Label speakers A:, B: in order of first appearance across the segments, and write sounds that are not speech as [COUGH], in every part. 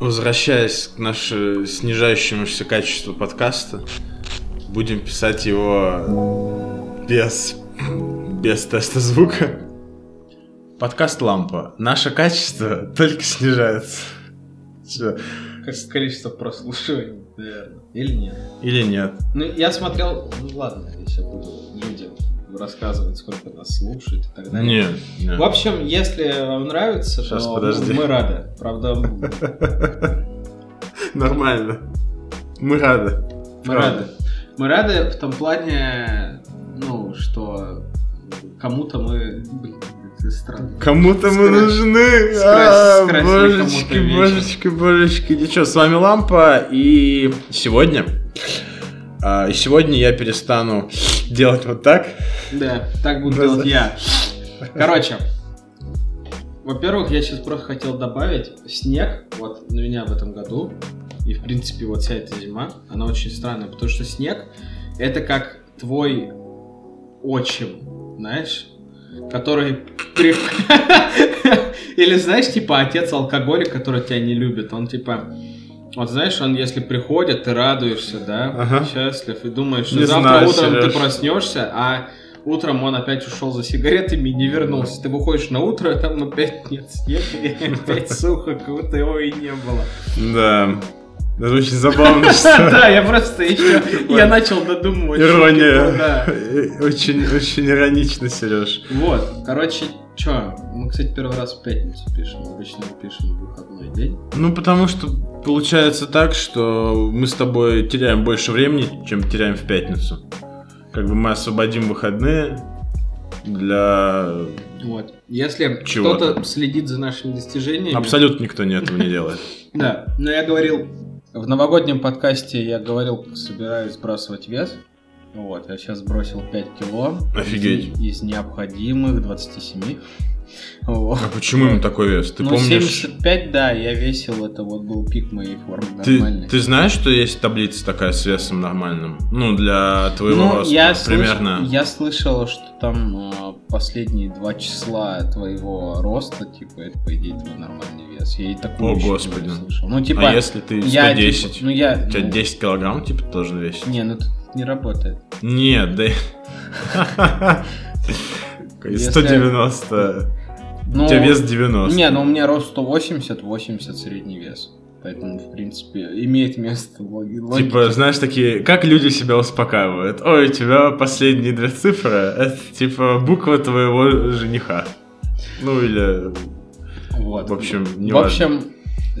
A: Возвращаясь к нашему снижающемуся качеству подкаста, будем писать его без, без теста звука. Подкаст «Лампа». Наше качество только снижается. Всё.
B: Как количество прослушиваний, наверное. Или нет?
A: Или нет?
B: Ну, я смотрел... Ну, ладно, я сейчас буду людям рассказывать, сколько нас слушает и так далее.
A: Нет. нет.
B: В общем, если вам нравится,
A: Щас,
B: то
A: подожди.
B: мы рады. Правда, мы
A: Нормально. Мы рады.
B: рады. Мы рады в том плане, ну, что кому-то мы... Блин, это странно.
A: Кому-то мы
B: Скра-
A: нужны.
B: скра-
A: А,
B: скрасили кому-то
A: Божечки,
B: вечер.
A: божечки, божечки. Ничего, с вами Лампа, и сегодня... а, И сегодня я перестану делать вот так.
B: Да, так буду
A: Раз-
B: делать я. Короче, во-первых, я сейчас просто хотел добавить снег вот на меня в этом году. И, в принципе, вот вся эта зима, она очень странная, потому что снег — это как твой отчим, знаешь, который... при- [LAUGHS] Или, знаешь, типа отец-алкоголик, который тебя не любит, он типа... Вот знаешь, он если приходит, ты радуешься, да,
A: Ага.
B: счастлив, и думаешь, что
A: Не
B: завтра
A: знаю,
B: утром
A: Серёж.
B: ты проснешься, а утром он опять ушел за сигаретами и не вернулся. Ты выходишь на утро, а там опять нет снега, и опять сухо, как будто его и не было.
A: Да. Это очень забавно, что...
B: [LAUGHS] Да, я просто еще, я начал додумывать. шутки,
A: Ирония.
B: да.
A: Очень, очень иронично, Сереж.
B: Вот, короче, чё, мы, кстати, первый раз в пятницу пишем, обычно мы пишем в выходной день.
A: Ну, потому что получается так, что мы с тобой теряем больше времени, чем теряем в пятницу. Как бы мы освободим выходные для...
B: Вот, если
A: Чего
B: кто-то следит за нашими достижениями...
A: Абсолютно никто не этого не делает.
B: Да, но я говорил... В новогоднем подкасте я говорил, как собираюсь сбрасывать вес. Вот, я сейчас сбросил 5 кило.
A: Офигеть.
B: Из, из необходимых 27. Вот.
A: [LAUGHS] А почему ему такой вес? Ты
B: ну,
A: помнишь?
B: 75, да, я весил, это вот был пик моей формы
A: Ты,
B: нормальной.
A: ты знаешь, что есть таблица такая с весом нормальным? Ну, для твоего
B: Ну,
A: роста
B: я слыш-
A: примерно.
B: я слышал, что там э, последние два числа твоего роста, типа, это, по идее, твой нормальный вес. Я и такую
A: О,
B: еще не
A: господи.
B: слышал. Ну, типа,
A: а если ты
B: я,
A: 110?
B: типа, ну, я,
A: У тебя
B: ну,
A: 10 килограмм типа тоже весит?
B: Не, ну тут не работает.
A: Нет, да...
B: [LAUGHS] Если-
A: 190.
B: Ну,
A: У тебя вес 90.
B: Не, ну у меня рост 180, 80 средний вес. Поэтому, в принципе, имеет место логи- логика.
A: Типа, знаешь, такие, как люди себя успокаивают? Ой, у тебя последние две цифры, это типа буква твоего жениха. Ну или...
B: вот.
A: В общем, не
B: В общем,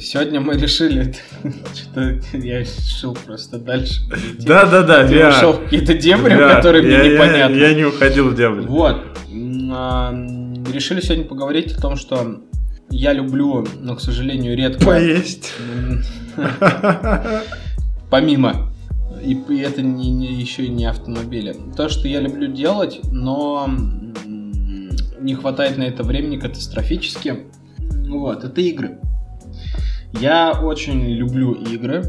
B: сегодня мы решили, [LAUGHS] что я решил просто дальше. идти.
A: Да-да-да,
B: Типа, Ты
A: я...
B: ушел в какие-то дебри,
A: Да,
B: которые
A: я-
B: мне
A: я-
B: непонятны.
A: Я, не уходил в дебри.
B: Вот. М, а, м, Решили сегодня поговорить о том, что я люблю, но, к сожалению, редко...
A: Типа, Поесть.
B: М, помимо. И, и это не, не- еще и не автомобили. То, что я люблю делать, но м, не хватает на это времени катастрофически. Вот, это игры. Я очень люблю игры.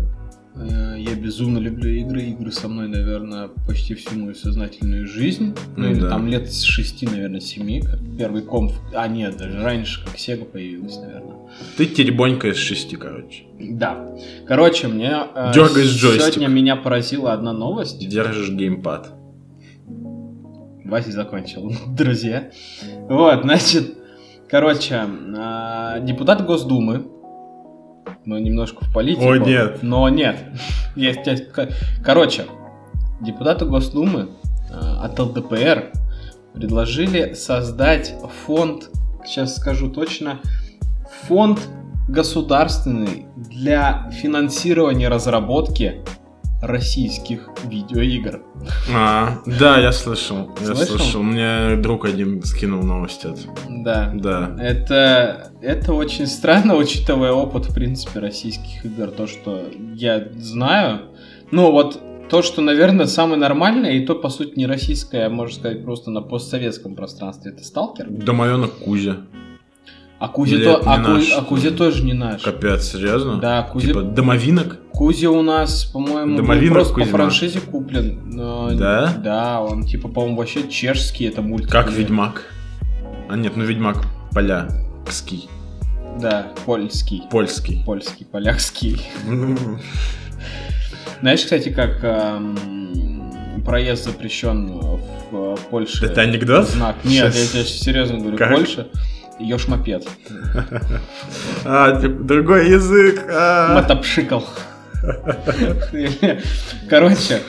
B: Э, Я безумно люблю игры. Игры со мной, наверное, почти всю мою сознательную жизнь. Ну,
A: Ну
B: или
A: да.
B: там лет с шести, наверное, семи. как Первый комп... А, нет, даже раньше, как Sega появилась, наверное.
A: [LAUGHS] Ты теребонька из шести, короче.
B: Да. Короче, мне э,
A: Дёргаешь джойстик.
B: сегодня меня поразила одна новость.
A: Держишь геймпад.
B: Вася закончил, [LAUGHS] друзья. Вот, значит, короче, э, депутат Госдумы, мы немножко в политику.
A: О, нет.
B: Но нет. [LAUGHS] Есть часть- ко- Короче, депутаты Госдумы э, от ЛДПР предложили создать фонд, сейчас скажу точно, фонд государственный для финансирования разработки российских видеоигр.
A: А, да, я слышал. Я
B: Слышал?
A: слышал. Мне друг один скинул новости.
B: Да.
A: Да.
B: Это, это очень странно, [LAUGHS] учитывая опыт, в принципе, российских игр, то, что я знаю. Ну, вот то, что, наверное, самое нормальное, и то, по сути, не российское, а, можно сказать, просто на постсоветском пространстве, это «Сталкер».
A: Домовенок Кузя.
B: А Кузи,
A: Или
B: то-
A: это не
B: а Ку-
A: наш?
B: а Кузи тоже не наш.
A: Капец, серьезно?
B: Да, Кузи,
A: Типа домовинок?
B: Кузи у нас, по-моему, был
A: Домовина
B: просто по
A: Кузина.
B: франшизе куплен. но-
A: Да?
B: Да, он, типа, по-моему, вообще чешский, это мультик.
A: Как
B: Или-
A: Ведьмак. А нет, ну Ведьмак поля. Кский.
B: Да, польский.
A: [LAUGHS] Польский.
B: Польский, полякский. Знаешь, кстати, как эм, проезд запрещен в э, Польше?
A: Это анекдот?
B: Знак. Нет, я
A: Щас.
B: тебе серьезно говорю,
A: Как?
B: Польша. Ешь мопед.
A: А, типа, другой язык. а.
B: Мотопшикал. Короче,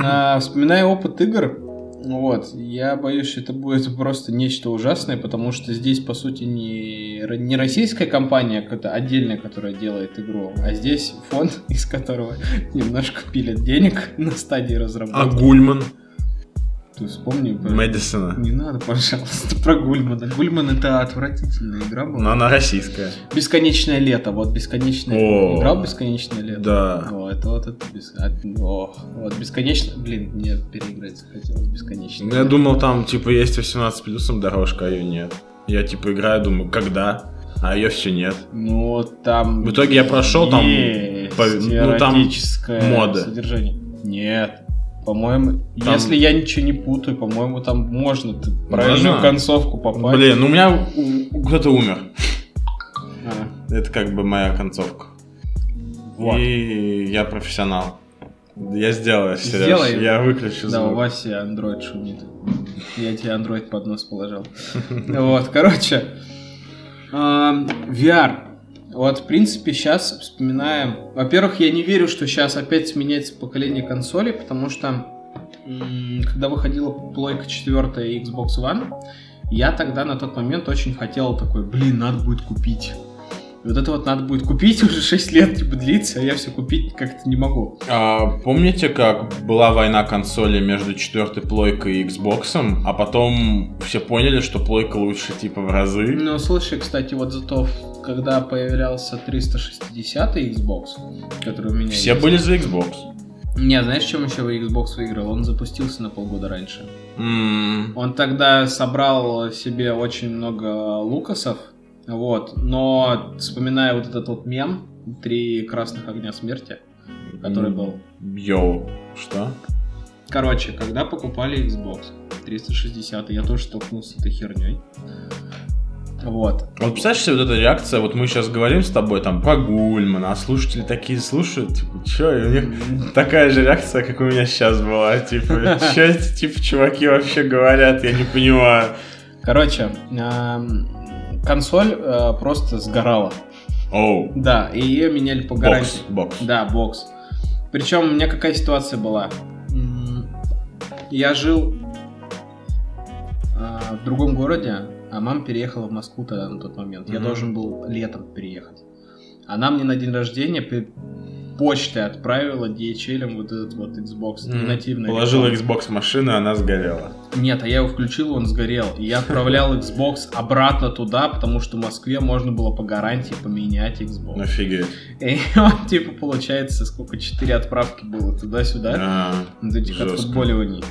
B: а, вспоминая опыт игр, вот, я боюсь, что это будет просто нечто ужасное, потому что здесь, по сути, не, ро- не российская компания какая-то отдельная, которая делает игру, а здесь фонд, [LAUGHS] из которого немножко пилят денег на стадии
A: А
B: разработки.
A: Гульман
B: Ты вспомни, про-
A: Э, Мэдисона.
B: не надо, пожалуйста, про Гульмана. Гульман это отвратительная игра была.
A: Но она российская.
B: Бесконечное лето, вот бесконечное.
A: О.
B: Играл бесконечное лето.
A: Да.
B: О, это вот это бес- от- о, вот бесконечно. Блин, мне переиграть захотелось бесконечно.
A: Ну, Я думал, там, типа, есть 18 плюсом дорожка, а ее нет. Я, типа, играю, думаю, когда? А ее все нет.
B: Ну вот там.
A: В итоге я прошел, там
B: есть
A: по- ну, там
B: эротическое
A: мода.
B: содержание. Нет. По-моему,
A: Там-
B: если я ничего не путаю, по-моему, там можно ты правильную
A: Можно?
B: концовку попасть.
A: Блин, ну, у меня у- кто-то умер.
B: А,
A: Это как бы моя концовка.
B: вот.
A: И я профессионал. Я сделаю, Сереж.
B: Сделай.
A: Я выключу
B: Да, у
A: звук.
B: Васи Android шумит. Я тебе Android под нос положил. Вот, короче. Эм, VR. Вот, в принципе, сейчас вспоминаем. Во-первых, я не верю, что сейчас опять сменяется поколение консолей, потому что м, когда выходила плойка 4 и Xbox One, я тогда на тот момент очень хотел такой, блин, надо будет купить. И вот это вот надо будет купить, [LAUGHS] уже 6 лет типа длится, а я все купить как-то не могу.
A: А, помните, как была война консолей между четвертой плойкой и Xbox, а потом все поняли, что плойка лучше типа в разы?
B: Ну, слушай, кстати, вот зато в- когда появлялся 360 Xbox, который у меня
A: Все
B: есть.
A: были за Xbox.
B: Не, знаешь, чем еще Xbox выиграл? Он запустился на полгода раньше.
A: М,
B: Он тогда собрал себе очень много лукасов, вот, но вспоминая вот этот вот мем «Три красных огня смерти», который был.
A: Йоу, что?
B: Короче, когда покупали Xbox 360, я тоже столкнулся с этой херней. Вот.
A: Вот представляешь себе вот эта реакция, вот мы сейчас говорим с тобой там про Гульмана, а слушатели такие слушают, типа, чё, и у них такая же реакция, как у меня сейчас была, типа, [LAUGHS] чё эти, типа, чуваки вообще говорят, я не понимаю.
B: Короче, эм, консоль э, просто сгорала.
A: Оу,
B: Да, и ее меняли по гарантии.
A: бокс, бокс.
B: Да, бокс. Причем у меня какая ситуация была? М, Я жил а, в другом городе, а мама переехала в Москву тогда на тот момент. Я
A: Мгм.
B: должен был летом переехать. Она мне на день рождения при- почтой отправила DHL вот этот вот Xbox
A: Мгм.
B: нативный.
A: Положил Xbox в машину, и она сгорела.
B: Нет, а я его включил, он сгорел. И я отправлял Xbox обратно туда, потому что в Москве можно было по гарантии поменять Xbox.
A: Ну, Офигеть.
B: И [LAUGHS] он, типа, получается, сколько, 4 отправки было туда-сюда, Ну,
A: А,
B: вот этих
A: жестко.
B: отфутболиваний.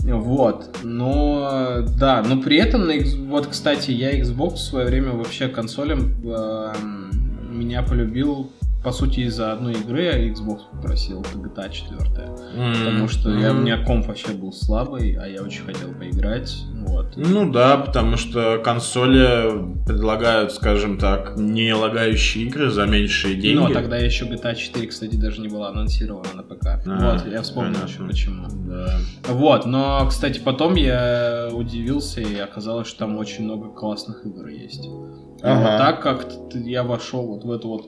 B: Вот, но, да, но при этом, на X- вот, кстати, я Xbox в свое время вообще консолем эм, меня полюбил, по сути, из-за одной игры я Xbox попросил, это GTA 4. Потому что
A: А.
B: я, у
A: М.
B: меня комп вообще был слабый, а я очень хотел поиграть. Вот.
A: Ну да, потому что консоли предлагают, скажем так, не лагающие игры за меньшие деньги.
B: Но Ну, а тогда еще GTA 4, кстати, даже не была анонсирована на ПК.
A: А,
B: вот, я вспомнил
A: понятно.
B: еще почему.
A: Да.
B: Вот, но, кстати, потом я удивился, и оказалось, что там очень много классных игр есть. И
A: Ага.
B: Вот так как т- я вошел вот в эту вот...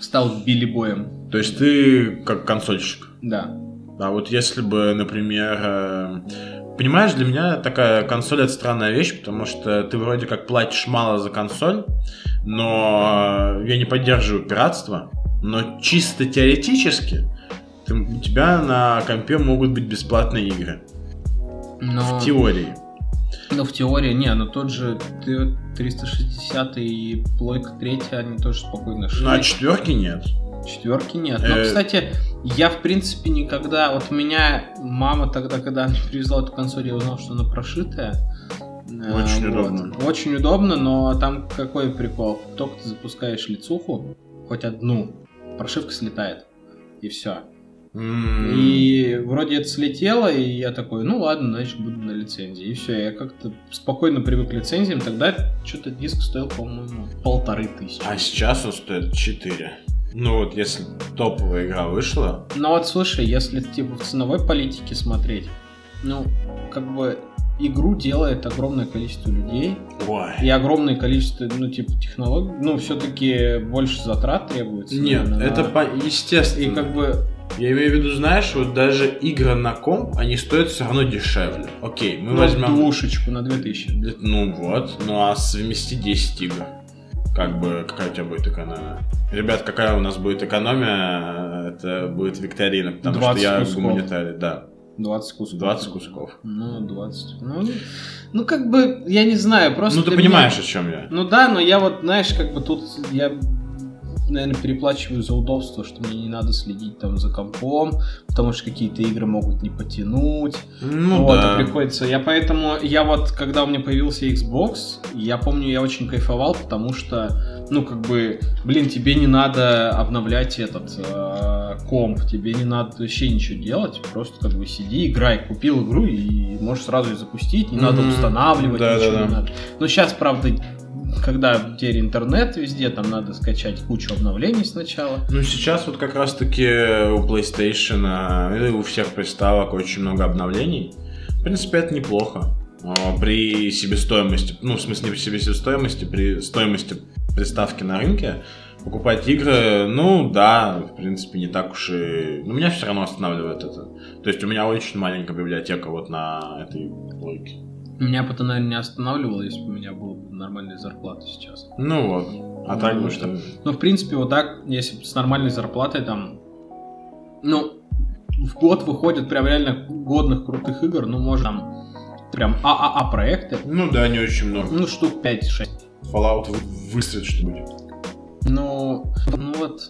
B: Стал билибоем.
A: То есть ты как консольщик.
B: Да.
A: А вот если бы, например... э, Понимаешь, для меня такая консоль это странная вещь, потому что ты вроде как платишь мало за консоль, но э, я не поддерживаю пиратство, но чисто теоретически ты- у тебя на компе могут быть бесплатные игры.
B: Но...
A: В теории.
B: Ну, в теории, не, но тот же Т- 360 и Плойка 3, они тоже спокойно шли.
A: Ну, а четверки нет.
B: Четверки нет. Но,
A: Э.
B: кстати, я в принципе никогда. Вот меня мама тогда, когда мне привезла эту консоль, я узнал, что она прошитая. Э,
A: Очень
B: вот.
A: удобно.
B: Очень удобно, но там какой прикол? Только ты запускаешь лицуху, хоть одну, прошивка слетает. И все.
A: М.
B: И вроде это слетело, и я такой, ну ладно, значит буду на лицензии. И все, я как-то спокойно привык к лицензиям. Тогда что-то диск стоил, по-моему, полторы тысячи.
A: А сейчас он стоит 4. Ну вот, если топовая игра вышла,
B: Ну вот слушай, если типа в ценовой политике смотреть, ну, как бы игру делает огромное количество людей
A: ой.
B: и огромное количество, ну, типа, технологий, ну, все-таки больше затрат требуется.
A: Нет,
B: наверное,
A: это
B: на-
A: по- естественно.
B: И как бы
A: Я имею в виду, знаешь, вот даже игры на комп, они стоят все равно дешевле. Окей, мы
B: ну,
A: возьмем...
B: двушечку на 2000.
A: Ну вот, ну а совмести 10 игр. Как бы, какая у тебя будет экономия? Ребят, какая у нас будет экономия? Это будет викторина, потому что
B: 20
A: я
B: кусков.
A: гуманитарий, да.
B: 20 кусков.
A: 20 кусков.
B: Ну, 20. Ну, ну, как бы, я не знаю, просто...
A: ну ты
B: для меня-
A: понимаешь, о чем я.
B: Ну да, но я вот, знаешь, как бы тут я, наверное, переплачиваю за удобство, что мне не надо следить там за компом, потому что какие-то игры могут не потянуть.
A: Ну
B: вот,
A: да.
B: и приходится. Я поэтому, я вот, когда у меня появился Xbox, я помню, я очень кайфовал, потому что, ну, как бы, блин, тебе не надо обновлять этот э, комп, тебе не надо вообще ничего делать, просто как бы сиди, играй, купил игру и можешь сразу ее запустить, не надо
A: Мгм.
B: устанавливать,
A: Да,
B: ничего
A: да,
B: не
A: да.
B: надо. Но сейчас, правда, когда теперь интернет везде, там надо скачать кучу обновлений сначала.
A: Ну, сейчас вот как раз-таки у PlayStation а, и у всех приставок очень много обновлений. В принципе, это неплохо. А, При себестоимости, ну, в смысле, не при себестоимости, при стоимости приставки на рынке, покупать игры, ну, да, в принципе, не так уж и... Но меня все равно останавливает это. То есть у меня очень маленькая библиотека вот на этой логике.
B: Меня бы это, наверное, не останавливало, если бы у меня была бы нормальная зарплата сейчас.
A: Ну вот. А
B: Ну,
A: так бы
B: это-
A: что...
B: Ну, в принципе, вот так, если б с нормальной зарплатой, там, ну, в год выходит прям реально годных крутых игр, ну, может, там, прям ААА проекты,
A: Ну да, не очень много.
B: ну, штук 5-6.
A: Fallout вы- выстрелит что-нибудь.
B: Ну, ну вот.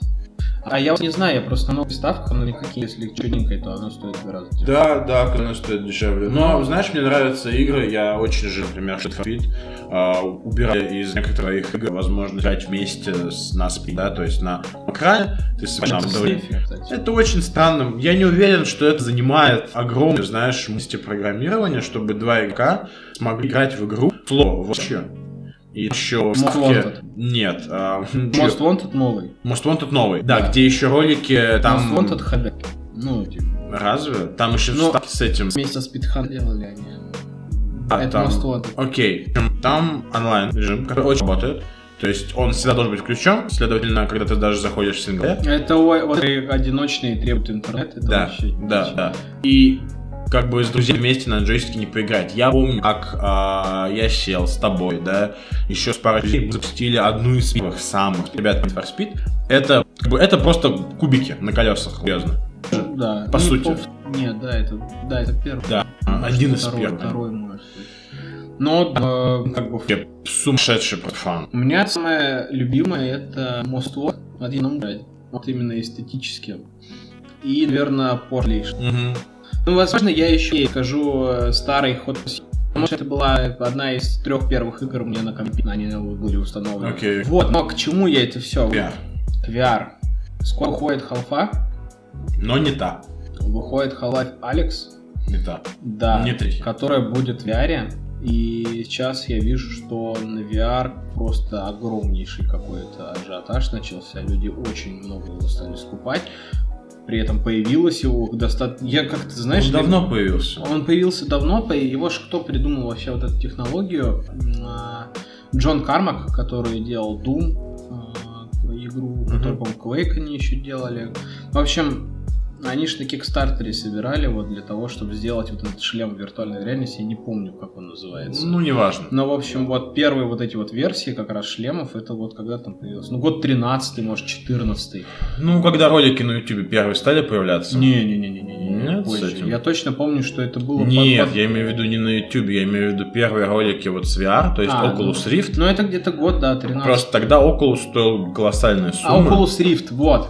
B: А я вот не знаю, я просто на новых ставках, на какие, если черненькое, то оно стоит гораздо дешевле.
A: Да, да, конечно, стоит дешевле. Но, знаешь, мне нравятся игры, я очень же, например, Шитфит, а, убирая из некоторых игр возможность играть вместе с нас, да, то есть на экране ты с
B: Это
A: на
B: сейфе,
A: вдвоём.
B: кстати.
A: Это очень странно. Я не уверен, что это занимает огромную, знаешь, мощности программирования, чтобы два игрока смогли играть в игру Фло вообще. И еще
B: Most Wanted.
A: Нет. а, [LAUGHS]
B: Most Wanted новый.
A: Most Wanted новый. Да,
B: Да.
A: где еще ролики там...
B: Most Wanted HD. Ну, типа,
A: Разве? Там еще
B: Ну,
A: вставки с этим.
B: вместе с Speedhunt делали они.
A: А,
B: это
A: там-
B: Most Wanted.
A: Окей, там онлайн режим, который очень работает. То есть он всегда должен быть включен, следовательно, когда ты даже заходишь в сингле.
B: Это ой, вот и одиночные требуют интернет. Это
A: Э? Да,
B: вообще
A: да, да. И как бы с друзьями вместе на джойстике не поиграть. Я помню, как а, я сел с тобой, да, еще с парой людей мы запустили одну из первых самых ребят Need for Speed. Это, как бы, это просто кубики на колесах, серьезно.
B: Да.
A: По
B: Ну,
A: сути.
B: пов- Нет, да, это, да, это первый.
A: Да, а, один из
B: второй,
A: первых.
B: Второй, может быть. Но, да, как бы...
A: Вообще Сумасшедший просто фан.
B: У меня самое любимое это Most Wanted 1 номер один. Вот именно эстетически. И, наверное, Порлиш.
A: Мгм.
B: Ну, возможно, я еще и скажу э, старый ход по си- Потому что это была одна из трех первых игр у меня на компе, они были установлены.
A: Окей.
B: Вот, но к чему я это все?
A: Я.
B: VR. Скоро выходит халфа,
A: Но не та.
B: выходит Half-Life Алекс.
A: Не та.
B: Да,
A: Не третья.
B: которая будет в VR. И сейчас я вижу, что на VR просто огромнейший какой-то ажиотаж начался. Люди очень много его стали скупать. При этом появилось его достаточно... Я как-то, знаешь...
A: Он давно появился.
B: Он появился давно, по- его ж кто придумал вообще вот эту технологию? М, а, Джон Кармак, который делал Doom, а, игру, которую, по-моему, Quake они еще делали. В общем, они же на Кикстартере собирали вот для того, чтобы сделать вот этот шлем виртуальной реальности, я не помню, как он называется.
A: Ну, неважно.
B: Но, в общем, вот первые вот эти вот версии как раз шлемов, это вот когда там появилось? Ну, год 13 может, 14
A: Ну, когда ролики на Ютубе первые стали появляться?
B: Не-не-не-не-не,
A: Нет, с
B: позже.
A: этим?
B: Я точно помню, что это было... под-
A: Нет,
B: под-
A: я имею в виду не на Ютубе, я имею в виду первые ролики вот с VR, то есть
B: А,
A: Oculus
B: ну,
A: Rift.
B: Ну, это где-то год, да, 13.
A: Просто тогда Oculus стоил колоссальные
B: А
A: суммы.
B: Oculus Rift, вот.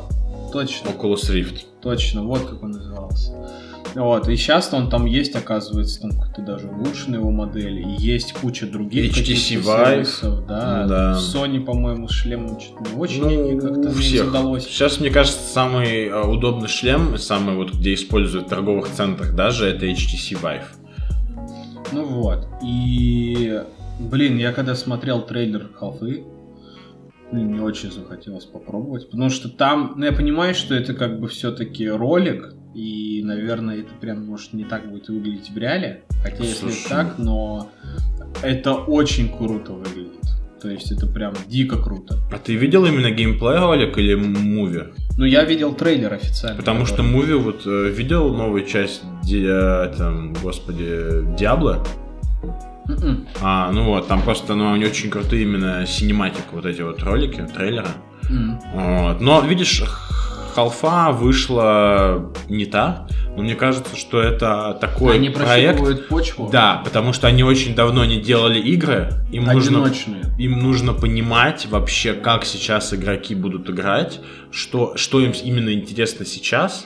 B: Точно,
A: Oculus Rift.
B: точно, вот как он назывался. Вот, и сейчас он там есть, оказывается, там как-то даже улучшенные его модели, и есть куча других
A: HTC
B: каких-то
A: Vive.
B: сервисов, да.
A: Да.
B: Sony, по-моему, с шлемом что-то не очень
A: Ну,
B: ей как-то
A: у
B: не
A: всех.
B: задалось.
A: Сейчас, мне кажется, самый э, удобный шлем, самый вот, где используют в торговых центрах даже, это HTC Vive.
B: Ну вот. И, блин, я когда смотрел трейлер Халфы, блин, мне очень захотелось попробовать, потому что там, ну я понимаю, что это как бы все-таки ролик, и, наверное, это прям, может, не так будет выглядеть в реале, хотя если
A: Слушай,
B: так, но это очень круто выглядит. То есть это прям дико круто.
A: А ты видел именно геймплей ролик или муви?
B: Ну, я видел трейлер официально.
A: Потому что
B: который-
A: муви вот э, видел новую часть Ди- э, там, господи, Диабло.
B: Мгм.
A: А, ну вот, там просто, ну, они очень крутые именно синематик, вот эти вот ролики, трейлеры.
B: Мгм.
A: Вот. Но, видишь, халфа вышла не та. Но мне кажется, что это такой
B: Они
A: проект.
B: прощупывают почву.
A: Да, потому что они очень давно не делали игры. Им нужно
B: Одиночные.
A: им нужно понимать вообще, как сейчас игроки будут играть, что, что им именно интересно сейчас.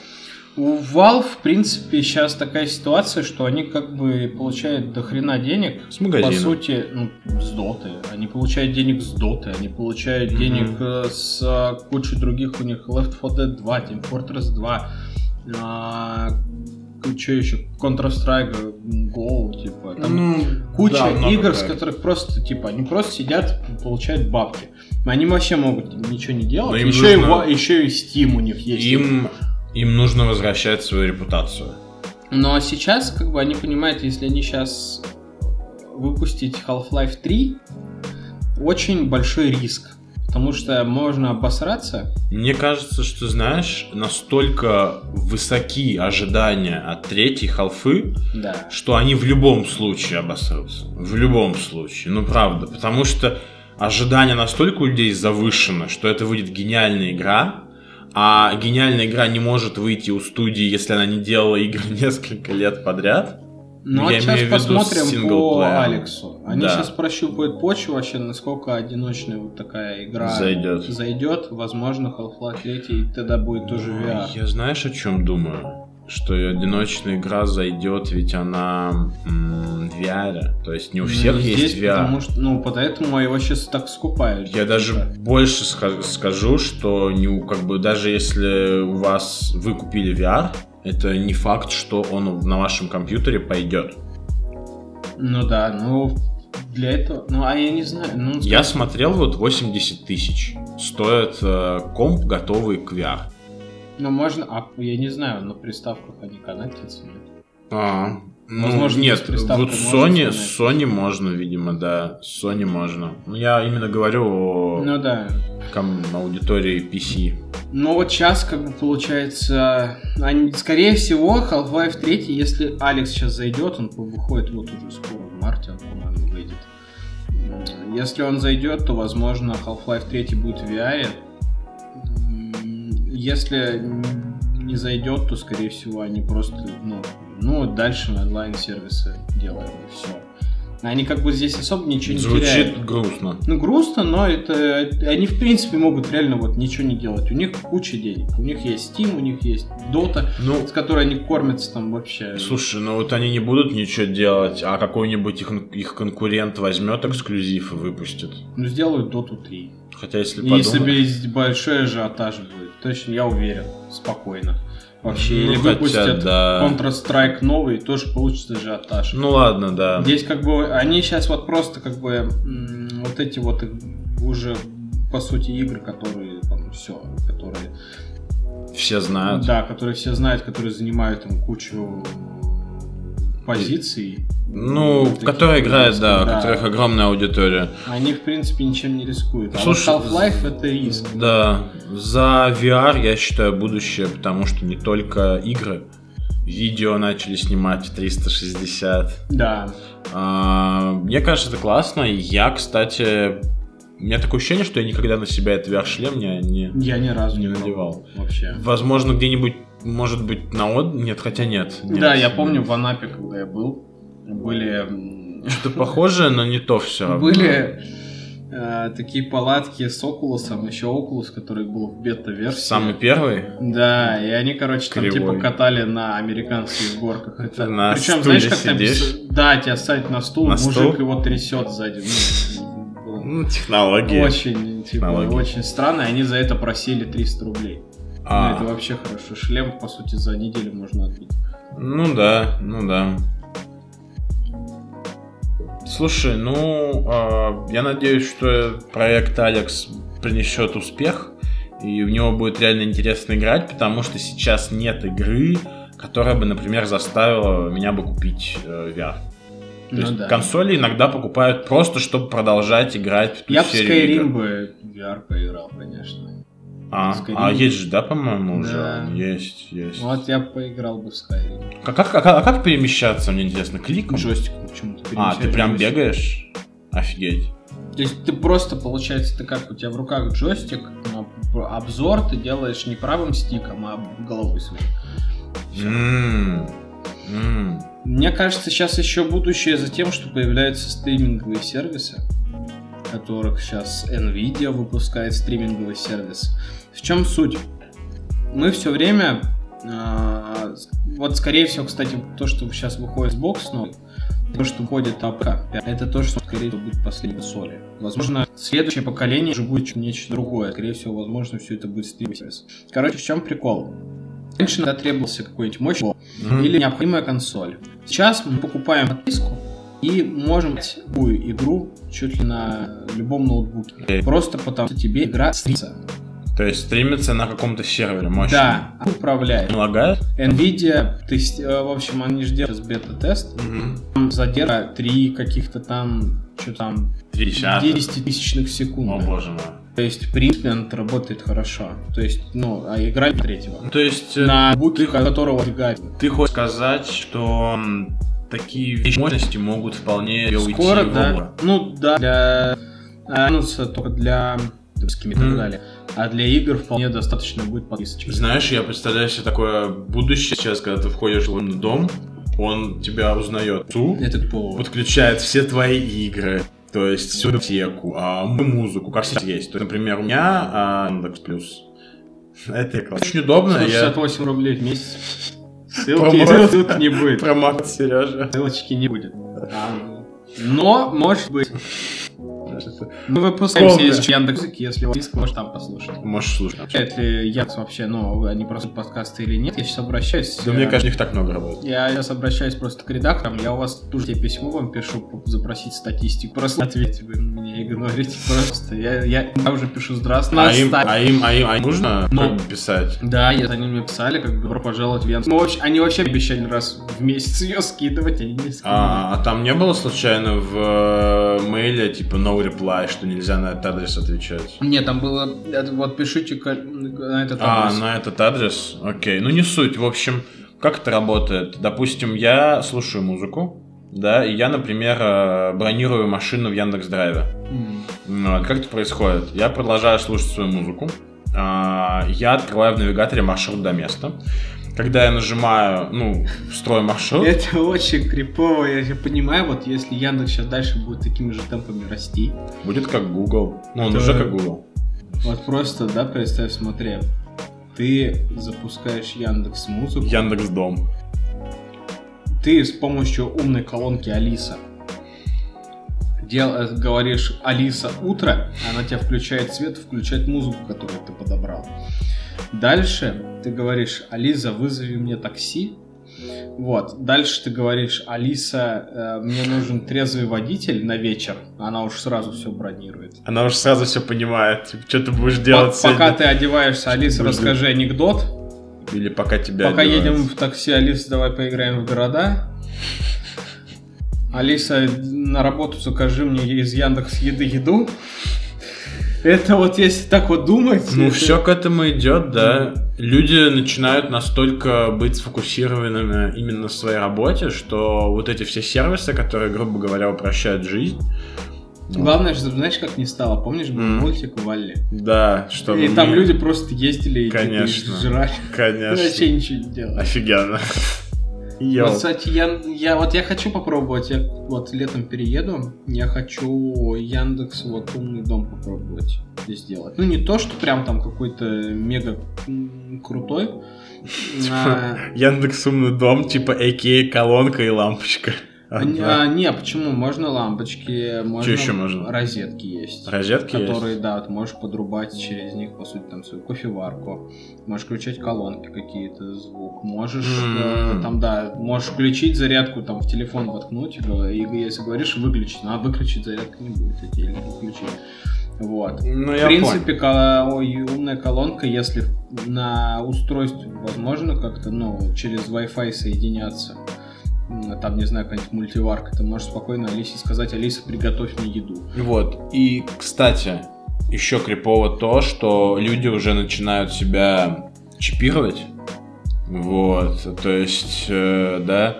B: У Valve, в принципе, сейчас такая ситуация, что они как бы получают до хрена денег.
A: С магазина.
B: По сути, ну, с доты. Они получают денег с доты, они получают
A: Мгм.
B: денег э, с э, кучей других у них Left 4 Dead 2, Team Fortress а, 2, что еще, Counter-Strike, Go, типа, там
A: Ну,
B: куча
A: да, много
B: игр, с
A: проектов.
B: которых просто, типа, они просто сидят, получают бабки. Они вообще могут ничего не
A: Но
B: делать.
A: им
B: Еще,
A: нужно-
B: и, во- еще и Steam у них есть. типа.
A: им, им нужно возвращать свою репутацию.
B: Но сейчас, как бы, они понимают, если они сейчас выпустить Half-Life 3, очень большой риск. Потому что можно обосраться.
A: Мне кажется, что, знаешь, настолько высоки ожидания от третьей халфы,
B: Да.
A: что они в любом случае обосрутся. В любом случае. Ну, правда. Потому что ожидания настолько у людей завышены, что это выйдет гениальная игра, а гениальная игра не может выйти у студии, если она не делала игр [LAUGHS] несколько лет подряд.
B: Ну, а
A: Я
B: сейчас
A: имею в виду с
B: посмотрим по
A: синглплеером.
B: Алексу. Они
A: Да.
B: сейчас прощупают почву вообще, насколько одиночная вот такая игра
A: Зайдет.
B: зайдет. Возможно, Half-Life 3 тогда будет тоже VR.
A: Я знаешь, о чем думаю? Что и одиночная игра зайдет, ведь она м, в VR. То есть не у всех
B: Ну,
A: есть
B: здесь,
A: VR.
B: Потому что, ну, поэтому его сейчас так скупают.
A: Я даже
B: Типа.
A: больше ска- скажу, что не, у- как бы даже если у вас вы купили VR, это не факт, что он на вашем компьютере пойдет.
B: Ну да, ну для этого... Ну, а я не знаю. Ну,
A: Я смотрел, вот 80 тысяч стоит э, комп, готовый к VR.
B: Ну, можно, а я не знаю, на приставках они коннектятся. нет?
A: А, ну,
B: Возможно,
A: нет,
B: без приставки
A: вот
B: можно
A: Sony,
B: установить.
A: Sony можно, видимо, да, Sony можно. Ну, Я именно говорю о
B: Ну да.
A: ком- аудитории PC.
B: Но вот сейчас, как бы, получается, они, скорее всего, Half-Life 3, если Алекс сейчас зайдет, он выходит вот уже скоро, в марте он, по-моему, выйдет. М, Если он зайдет, то, возможно, Half-Life 3 будет в VR. М, Если м, не зайдет, то, скорее всего, они просто, ну, ну дальше онлайн-сервисы делают, и все. Они как бы здесь особо ничего не
A: Звучит
B: теряют.
A: грустно.
B: Ну, грустно, но это... Они, в принципе, могут реально вот ничего не делать. У них куча денег. У них есть Steam, у них есть Dota,
A: Ну,
B: с которой они кормятся там вообще.
A: Слушай, ну вот они не будут ничего делать, а какой-нибудь их, их конкурент возьмет эксклюзив и выпустит.
B: Ну, сделают Dota 3.
A: Хотя если
B: И
A: подумать...
B: если бы есть большой ажиотаж будет, точно, я уверен, спокойно. Вообще,
A: Ну,
B: или
A: хотя
B: выпустят
A: да.
B: Counter-Strike новый, тоже получится ажиотаж.
A: Ну ладно, да.
B: Здесь как бы они сейчас вот просто как бы м, вот эти вот уже по сути игры, которые там все, которые
A: Все знают.
B: Да, которые все знают, которые занимают там кучу позиций.
A: Ну, в
B: Такие
A: которые играют,
B: риски,
A: да, у которых огромная аудитория.
B: Они, в принципе, ничем не рискуют. А
A: Слушай,
B: вот Half-Life — это риск.
A: Да, за VR, я считаю, будущее, потому что не только игры. Видео начали снимать в 360.
B: Да.
A: А, Мне кажется, это классно. Я, кстати, у меня такое ощущение, что я никогда на себя этот VR-шлем не, не,
B: Я ни разу
A: Не
B: не пробовал Вообще.
A: Возможно, где-нибудь, может быть, на от... Нет, хотя нет. нет.
B: Да, я помню, в Анапе, когда я был, были... м,
A: Что-то похожее, но не то все равно.
B: [LAUGHS] Были э, такие палатки с Окулусом, еще Окулус, который был в бета-версии.
A: Самый первый?
B: Да, и они, короче, там
A: Кривой.
B: типа катали на американских горках. Это...
A: На
B: Причем,
A: стуле
B: знаешь, как там...
A: сидишь?
B: пис- Да, тебя ставят на стул,
A: На
B: мужик
A: стул?
B: его трясет сзади. Ну,
A: Ну, технологии.
B: Очень, типа,
A: Технологии.
B: очень странно, и они за это просили 300 рублей.
A: А,
B: Ну, это вообще хорошо. Шлем, по сути, за неделю можно отбить.
A: Ну да, ну да. Слушай, ну а, я надеюсь, что проект Алекс принесет успех, и в него будет реально интересно играть, потому что сейчас нет игры, которая бы, например, заставила меня бы купить э, VR. То
B: Ну
A: есть
B: да.
A: консоли иногда покупают просто, чтобы продолжать играть в ту
B: Я бы в
A: серию
B: Skyrim
A: игр.
B: бы в VR поиграл, конечно.
A: А,
B: Skyrim.
A: а есть же, да, по-моему,
B: Да.
A: уже? Есть, есть.
B: Вот я бы поиграл бы в Skyrim.
A: А, как, а как перемещаться, мне интересно, кликом?
B: Джойстиком почему-то
A: А, ты прям
B: перемещаешь.
A: бегаешь? Офигеть.
B: То есть ты просто, получается, ты как, у тебя в руках джойстик, но п- обзор ты делаешь не правым стиком, а головой своей. Всё.
A: М, м.
B: Мне кажется, сейчас еще будущее за тем, что появляются стриминговые сервисы, которых сейчас Nvidia выпускает стриминговый сервис. В чем суть? Мы все время, э, с- вот скорее всего, кстати, то, что сейчас выходит Xbox новый, то, что входит АПК, это то, что скорее всего будет последней соли. Возможно, следующее поколение уже будет чё- нечто другое. Скорее всего, возможно, все это будет стрим сервис. Короче, в чем прикол? Раньше иногда требовался какой-нибудь мощный
A: М.
B: или необходимая консоль. Сейчас мы покупаем подписку и можем играть в любую игру чуть ли на любом ноутбуке. Просто потому что тебе игра стримится.
A: То есть стримится на каком-то сервере мощно.
B: Да, управляет.
A: Не лагает?
B: Nvidia, тест- э, в общем, они же делают сейчас бета-тест. Там задержка 3 каких-то там, что там,
A: Три часа.
B: 10 тысячных
A: О,
B: секунд.
A: боже мой.
B: То есть, в принципе, она работает хорошо. То есть, ну, а игра не третьего.
A: То есть э,
B: На буке, которого фига.
A: ты хочешь сказать, что м, такие вещи- мощности могут вполне тебе уйти
B: Скоро,
A: в
B: да.
A: облако?
B: Ну да, для э, анонса только для там, с кем и так
A: Мгм.
B: далее. А для игр вполне достаточно будет подписочки.
A: Знаешь, я представляю себе такое будущее сейчас, когда ты входишь в дом, он тебя узнает. Ту,
B: Этот повод.
A: подключает все твои игры, то есть всю библиотеку, а, м- музыку, как сейчас есть. То есть, например, у меня а, Яндекс Плюс. [LAUGHS] Это реклама. Очень удобно, я
B: 168 рублей в месяц. Ссылки, [LAUGHS]
A: Промо.
B: ссылок
A: [LAUGHS]
B: не будет.
A: промахнул Сережа.
B: Ссылочки не будет. А, Но, может быть, мы выпускаемся
A: Помню.
B: из Яндекс.Музыки, если у вас есть, можешь там послушать.
A: Можешь слушать.
B: Если Яндекс вообще, ну, они просто подкасты или нет, я сейчас обращаюсь.
A: Да мне
B: э,
A: кажется, их так много работает.
B: Я сейчас обращаюсь просто к редакторам, я у вас тут же письмо вам пишу, п- запросить статистику. Просто ответьте, вы меня игнорите [LAUGHS] просто. Я, я, я уже пишу здравствуйте.
A: А им,
B: Настя».
A: а им, а им, а им нужно
B: Ну.
A: как бы писать?
B: Да, я, они мне писали, как бы, добро пожаловать в Яндекс. Ну, вообще- они вообще обещали раз в месяц ее скидывать, они не скидывали.
A: А, а там не было случайно в э, мейле типа no reply, что нельзя на этот адрес отвечать?
B: Не, там было, это вот пишите ка- на этот
A: А,
B: адрес.
A: на этот адрес? Окей. Ну, не суть. В общем, как это работает? Допустим, я слушаю музыку, да, и я, например, э, бронирую машину в Яндекс Драйве.
B: М.
A: Как это происходит? Я продолжаю слушать свою музыку. а, Я открываю в навигаторе маршрут до места. Когда я нажимаю, ну, строй маршрут,
B: Это очень крипово, я же понимаю, вот если Яндекс сейчас дальше будет такими же темпами расти,
A: будет как Google. Ну, он
B: Да.
A: уже как Google.
B: Вот просто, да, представь, смотри. Ты запускаешь Яндекс Музыку.
A: Яндекс Дом.
B: Ты с помощью умной колонки Алиса дел... э, говоришь Алиса утро, она тебя включает свет, включает музыку, которую ты подобрал. Дальше ты говоришь Алиса, вызови мне такси. Вот. Дальше ты говоришь Алиса, э, мне нужен трезвый водитель на вечер. Она уж сразу все бронирует.
A: Она уже сразу все понимает, типа, что ты будешь
B: По-
A: делать
B: Пока
A: сегодня.
B: ты одеваешься, Алиса,
A: Жду.
B: расскажи анекдот.
A: Или пока тебя
B: Пока
A: одевают.
B: едем в такси, Алиса, давай поиграем в города. Алиса, на работу закажи мне из Яндекс еды еду. Это вот если так вот думать.
A: Ну,
B: это-
A: все к этому идет, да. Люди начинают настолько быть сфокусированными именно в своей работе, что вот эти все сервисы, которые, грубо говоря, упрощают жизнь. ну,
B: Главное, что знаешь, как не стало. Помнишь, был
A: Мгм.
B: мультик Валли?
A: Да, чтобы...
B: И там
A: мы-
B: люди просто ездили и типа,
A: Конечно.
B: жрали. Вообще Ну,
A: Конечно.
B: ничего не делали.
A: Офигенно. Йоу.
B: Вот, кстати, я, я, вот я хочу попробовать. Я вот летом перееду. Я хочу Яндекс вот умный дом попробовать сделать. Ну, не то, что прям там какой-то мега м, крутой.
A: Типа,
B: а,
A: Яндекс умный дом, типа ЭК, колонка и лампочка.
B: а, не- а, Не, почему? Можно лампочки, можно...
A: еще можно?
B: Розетки есть.
A: Розетки
B: а, которые,
A: есть?
B: да, вот можешь подрубать через них, по сути, там свою кофеварку, можешь включать колонки какие-то, звук, можешь,
A: М.
B: э, там, да, можешь включить зарядку, там, в телефон воткнуть, и, го- и если говоришь выключить, надо выключить, зарядка не будет идти, или включить, вот.
A: Ну,
B: В принципе, кол- ой, умная колонка, если на устройстве возможно как-то, ну, через Wi-Fi соединяться, м, там, не знаю, какая-нибудь мультиварка, ты можешь спокойно Алисе сказать, Алиса, приготовь мне еду.
A: Вот. И, кстати, еще крипово то, что люди уже начинают себя чипировать. Вот. То есть, э, да,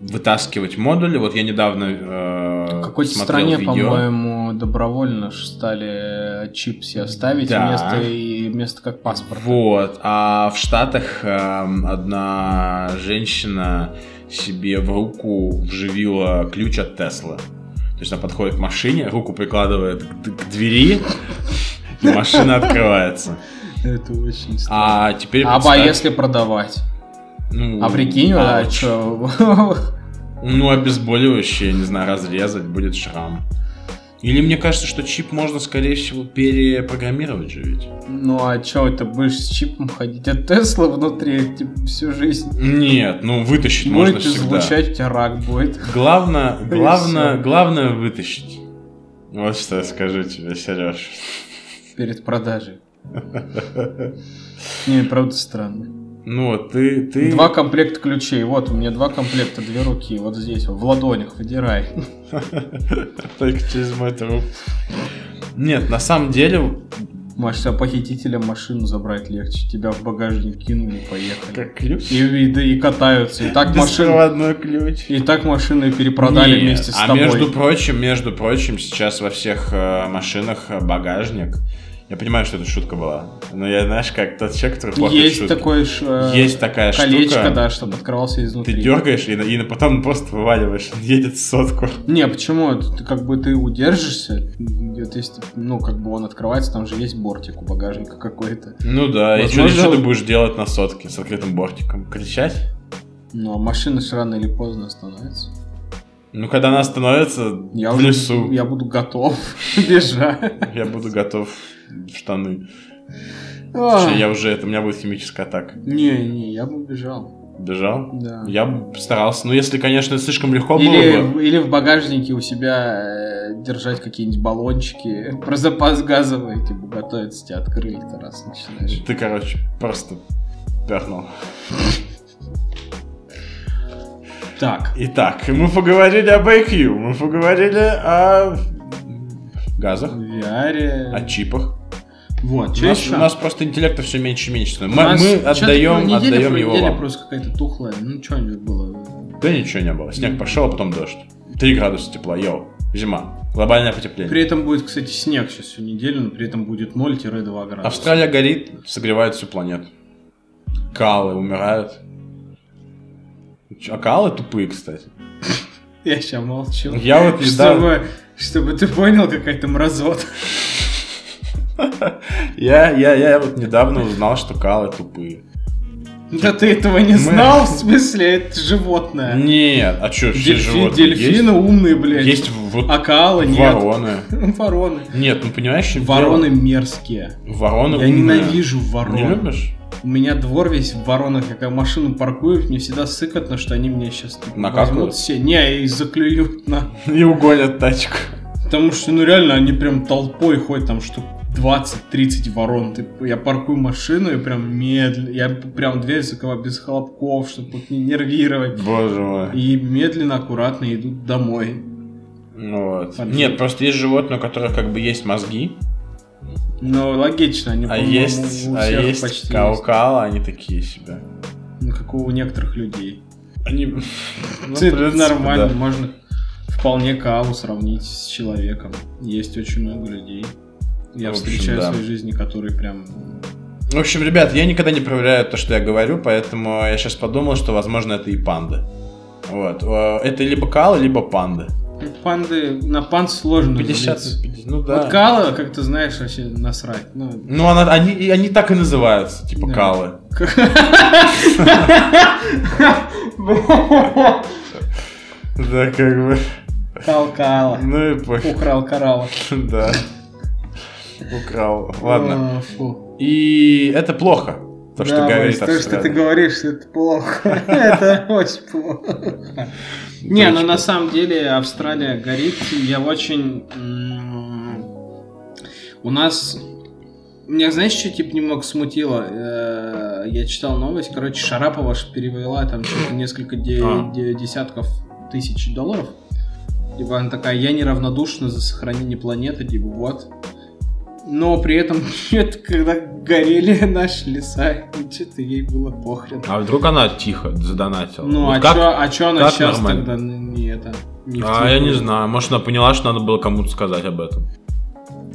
A: вытаскивать модули. Вот я недавно э,
B: В какой-то
A: смотрел
B: стране,
A: видео.
B: по-моему, добровольно ж стали э, чип себе ставить
A: Да.
B: вместо, и вместо как паспорт.
A: Вот, а в Штатах эм, одна женщина себе в руку вживила ключ от Теслы. То есть она подходит к машине, руку прикладывает к, д- к двери, и машина открывается.
B: [LAUGHS] Это очень
A: А теперь
B: А,
A: представь-
B: если продавать?
A: Ну,
B: А прикинь, а
A: ауч.
B: чё?
A: Ну, обезболивающее, не знаю, разрезать, будет шрам. Или мне кажется, что чип можно, скорее всего, перепрограммировать же ведь.
B: [LAUGHS] Ну а чё, ты будешь с чипом ходить от Тесла внутри типа, всю жизнь?
A: Нет, ну вытащить можно
B: Будет
A: всегда.
B: излучать, у тебя рак будет.
A: Главное,
B: [LAUGHS] И
A: главное,
B: всё.
A: главное вытащить. Вот что я скажу тебе, Сереж. [LAUGHS]
B: Перед продажей. Не, правда странно.
A: Ну вот, ты, ты...
B: Два комплекта ключей. Вот, у меня два комплекта, две руки. Вот здесь, вот, в ладонях, выдирай.
A: [LAUGHS] Только через мой труп. Нет, на самом деле,
B: Маш, себя похитителям машину забрать легче. Тебя в багажник кинули, поехали.
A: как ключ.
B: И, и, да, и катаются. И так, машину,
A: Беспроводной ключ.
B: и так машины перепродали
A: Не,
B: вместе с
A: а
B: тобой.
A: между прочим, между прочим, сейчас во всех э, машинах э, багажник. Я понимаю, что это шутка была. Но я, знаешь, как тот человек, который плохо
B: Есть
A: шутки.
B: такой ж, э,
A: Есть такая
B: колечко,
A: штука.
B: да, чтобы открывался
A: Ты
B: изнутри.
A: дергаешь и, на- и на- потом просто вываливаешь. [LAUGHS] Он едет сотку.
B: Не, почему? Это ты как бы ты удержишься. Вот если, ты- ну, как бы он открывается, там же есть бортик у багажника какой-то.
A: Ну да, и что,
B: Возможно-
A: ты будешь делать на сотке с открытым бортиком? Кричать?
B: Но Ну, а машина же рано или поздно остановится.
A: Ну, когда она остановится
B: Я
A: в
B: уже-
A: лесу, я...
B: Я буду готов [LAUGHS] бежать.
A: буду готов в штаны.
B: А,
A: Точнее, я уже, это у меня будет химическая атака.
B: Не, не, я бы бежал.
A: Бежал?
B: Да.
A: Я бы старался. Ну, если, конечно, слишком легко
B: Или,
A: было бы.
B: в- или в багажнике у себя э, держать какие-нибудь баллончики [LAUGHS] про запас газовый, типа готовиться, тебя открыли то раз начинаешь.
A: Ты, короче, просто пернул.
B: Так,
A: Итак, мы поговорили об IQ, мы поговорили о газах,
B: в
A: о
B: VR.
A: чипах.
B: Вот,
A: У
B: что
A: нас,
B: еще?
A: у нас просто интеллекта все меньше и меньше. становится.
B: У
A: Мы,
B: нас
A: мы
B: чё-то
A: отдаем,
B: неделя
A: отдаем
B: про
A: его
B: неделю
A: вам.
B: просто какая-то тухлая. Ну, что-нибудь было.
A: Да ничего не было. Снег пошел, а потом дождь. 3 градуса тепла, йоу. Зима. Глобальное потепление.
B: При этом будет, кстати, снег сейчас всю неделю, но при этом будет 0-2 градуса.
A: Австралия горит, согревает всю планету. Калы умирают. Ч- А калы тупые, кстати.
B: [LAUGHS] Я сейчас молчу.
A: Я вот недавно...
B: Чтобы, чтобы ты понял, какая-то мразота. [LAUGHS]
A: Я, я, я вот недавно узнал, что калы тупые.
B: Да ты этого не
A: Мы-
B: знал, в смысле, это животное.
A: Нет, а что, все
B: Дельфи-
A: животные
B: дельфины умные, блядь.
A: Есть, есть вот
B: Акала нет.
A: вороны.
B: [LAUGHS] Вороны.
A: Нет, ну понимаешь, в чем
B: Вороны Ну,
A: дело?
B: мерзкие.
A: Вороны
B: Я
A: умные.
B: ненавижу
A: Не
B: ворон.
A: любишь? [LAUGHS]
B: У меня двор весь в воронах. Я как машину паркую, мне всегда сыкотно, что они меня сейчас
A: Накакают?
B: все. Не, и заклюют [LAUGHS] на.
A: И угонят тачку.
B: Потому что, ну реально, они прям толпой ходят, там штук 20-30 ворон. Ты- я паркую машину и прям медленно. Я прям дверь закрываю без хлопков, чтобы их не нервировать.
A: Боже мой.
B: И медленно, аккуратно идут домой.
A: Ну Вот.
B: Понятно.
A: Нет, просто есть животные, у которых как бы есть мозги,
B: Ну, логично, они,
A: а
B: по-моему,
A: есть,
B: у
A: а
B: всех
A: есть
B: почти
A: каукала, они такие себе.
B: есть. Ну, как у некоторых людей.
A: [LAUGHS] Они... Ну, в
B: Это
A: принципе,
B: нормально,
A: да.
B: можно вполне каву сравнить с человеком. Есть очень много людей. Я
A: В общем,
B: встречаю
A: да.
B: в своей жизни, которые прям
A: В общем, ребят, я никогда не проверяю то, что я говорю, поэтому я сейчас подумал, что, возможно, это и панда. Вот. Э, Это либо кала, либо панда.
B: ну, Панды, на панд сложно
A: 50,
B: делиться.
A: ну да.
B: Вот Кала, как ты знаешь, вообще насрать.
A: [LAUGHS]
B: Ну,
A: Ну, она, они, и они так и называются, типа
B: Да.
A: калы. Да, как бы.
B: Калкала.
A: Ну и пофиг.
B: Украл коралла.
A: Да. Украл. Ладно.
B: О, фу.
A: И это плохо. То, что
B: Да,
A: говорит
B: Борис, то, что ты
A: Австралия.
B: говоришь, это плохо. [LAUGHS] Это очень плохо. Не,
A: Это очень
B: но на
A: плохо.
B: самом деле Австралия горит. Я очень... м, У нас... Меня, знаешь, что типа немного смутило? Э, Я читал новость, короче, Шарапова ж перевела там что-то несколько де-
A: А.
B: де- десятков тысяч долларов. Типа она такая, я неравнодушна за сохранение планеты, типа вот. Но при этом, [LAUGHS] нет, когда горели наши леса, что-то ей было похрен.
A: А вдруг она тихо задонатила?
B: Ну,
A: Вот
B: а
A: как?
B: чё, а чё она
A: как
B: сейчас
A: нормально?
B: тогда ну, не это? не в
A: А,
B: тему?
A: я не знаю. Может, она поняла, что надо было кому-то сказать об этом.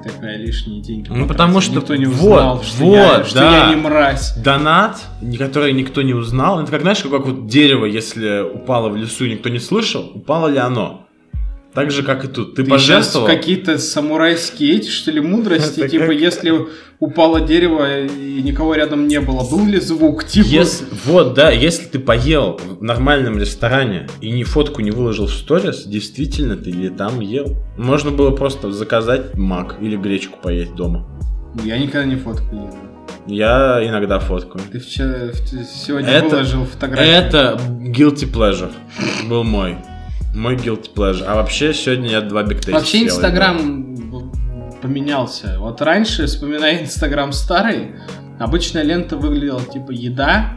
B: Такая лишние деньги.
A: Ну,
B: потратила.
A: потому что-
B: Никто не
A: вот,
B: узнал, что, я,
A: вот,
B: что
A: да.
B: я не мразь.
A: Донат, ни- который никто не узнал. Это как, знаешь, как вот дерево, если упало в лесу и никто не слышал, упало ли оно? Так же, как и тут. Ты,
B: Ты
A: пожертвовал?
B: щас Какие-то самурайские эти, что ли, мудрости?
A: Это
B: Типа,
A: как-
B: если упало дерево и никого рядом не было, был ли звук? Типа,
A: Ес- вот, да, если ты поел в нормальном ресторане и ни фотку не выложил в сторис, действительно ты ли там ел? Можно было просто заказать мак или гречку поесть дома.
B: я никогда не фоткал. не знаю.
A: Я иногда фоткаю.
B: Ты вчера, в- сегодня
A: Это-
B: выложил фотографию.
A: Это guilty pleasure был мой. Мой guilty pleasure. А вообще сегодня я два бигтейста
B: Вообще
A: съел,
B: Инстаграм б- поменялся. Вот раньше, вспоминая Инстаграм старый, обычная лента выглядела типа еда,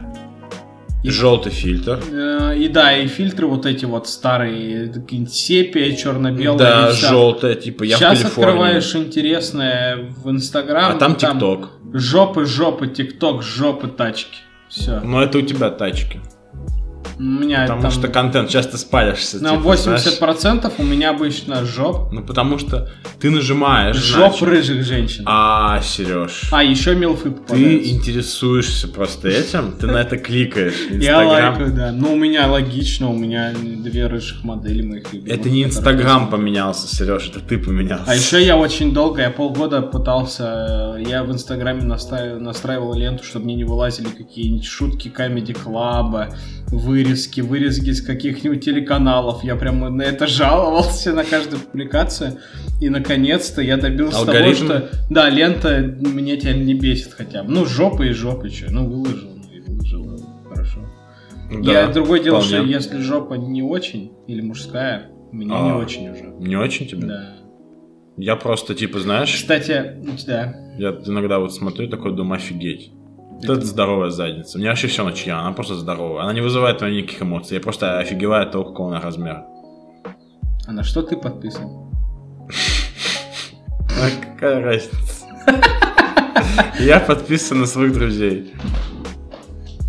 A: ребят. Желтый фильтр.
B: Э, И да, и фильтры вот эти вот старые, такие сепия, черно-белые.
A: да, желтое, типа я
B: Сейчас
A: в Калифорнии.
B: открываешь интересное в Инстаграм.
A: а там ТикТок.
B: Жопы, жопы, ТикТок, жопы, тачки. Все.
A: Но это у тебя тачки.
B: У меня
A: Потому
B: А, там...
A: что контент, часто спалишься.
B: на
A: типа, знаешь.
B: 80% у меня обычно жоп.
A: Ну потому что ты нажимаешь,
B: Жоп
A: значит.
B: рыжих женщин. А,
A: А, Сереж,
B: еще
A: ты
B: милфы попадаются.
A: интересуешься просто этим, ты на это кликаешь.
B: [LAUGHS] Я
A: Инстаграм.
B: лайкаю, да. Ну, у меня логично, у меня две рыжих модели моих любимых.
A: Это не
B: которые-
A: Инстаграм поменялся, Сереж, это ты поменялся.
B: А еще я очень долго, я полгода пытался, э, я в Инстаграме наста- настраивал ленту, чтобы мне не вылазили какие-нибудь шутки Камеди Клаба, вырезки, вырезки из каких-нибудь телеканалов. Я прямо на это жаловался, на каждую публикацию. И, наконец-то, я добился
A: Алгоритм?
B: того, что... Да, лента меня тебя не бесит хотя бы. Ну, жопа и жопа, что. Ну, выложил, ну и выложил. Хорошо.
A: [LAUGHS] Да.
B: я, другое дело,
A: вполне.
B: что если жопа не очень, или мужская, у меня не
A: А.
B: очень уже.
A: Не очень тебе?
B: Да.
A: Я просто, типа, знаешь,
B: Кстати, да.
A: я иногда вот смотрю и такой, думаю, офигеть. Вот это здоровая задница. Мне вообще все на чья, она просто здоровая. Она не вызывает у меня никаких эмоций. Я просто офигеваю от того, какого она размера. [LAUGHS]
B: А на что ты подписан?
A: А какая
B: [LAUGHS]
A: разница? Я подписан на своих друзей.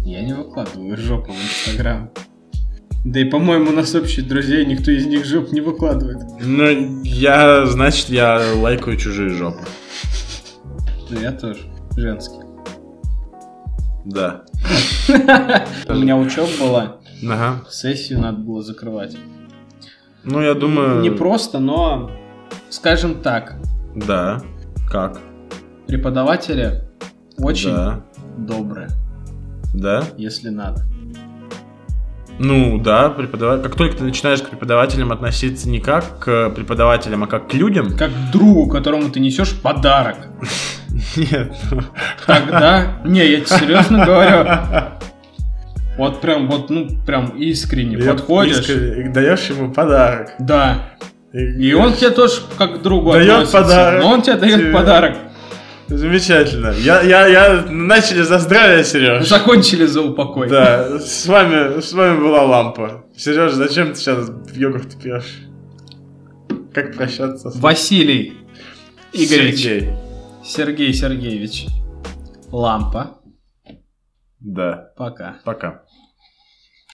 B: Я не выкладываю жопу в Инстаграм. Да и, по-моему, у нас общих друзей, никто из них жоп не выкладывает.
A: Ну, я, значит, я лайкаю чужие жопы.
B: Да Ну, я тоже. Женский. [LAUGHS]
A: Да.
B: У меня учеба была,
A: Ага.
B: сессию надо было закрывать.
A: Ну, я думаю...
B: Не просто, но, скажем так,
A: Да. Как?
B: преподаватели очень
A: Да.
B: добрые,
A: Да?
B: если надо.
A: Ну, да, преподава- Как только ты начинаешь к преподавателям относиться не как к преподавателям, а как к людям...
B: Как к другу, которому ты несешь подарок.
A: [LAUGHS] Нет. ну,
B: Тогда... Не, я тебе серьезно говорю. Вот прям, вот, ну, прям искренне подходишь.
A: Даешь ему подарок.
B: Да, И он тебе тоже как к другу
A: Дает
B: относится,
A: подарок
B: Но он тебе дает
A: тебе.
B: подарок.
A: Замечательно. Я, я, я... Начали за здравие, Сереж.
B: Закончили за упокой.
A: Да, с вами, с вами была лампа. Сереж, зачем ты сейчас йогурт пьешь? Как прощаться с
B: Василий Игоревич. Сергей.
A: Сергей.
B: Сергеевич. Лампа.
A: Да,
B: Пока.
A: пока.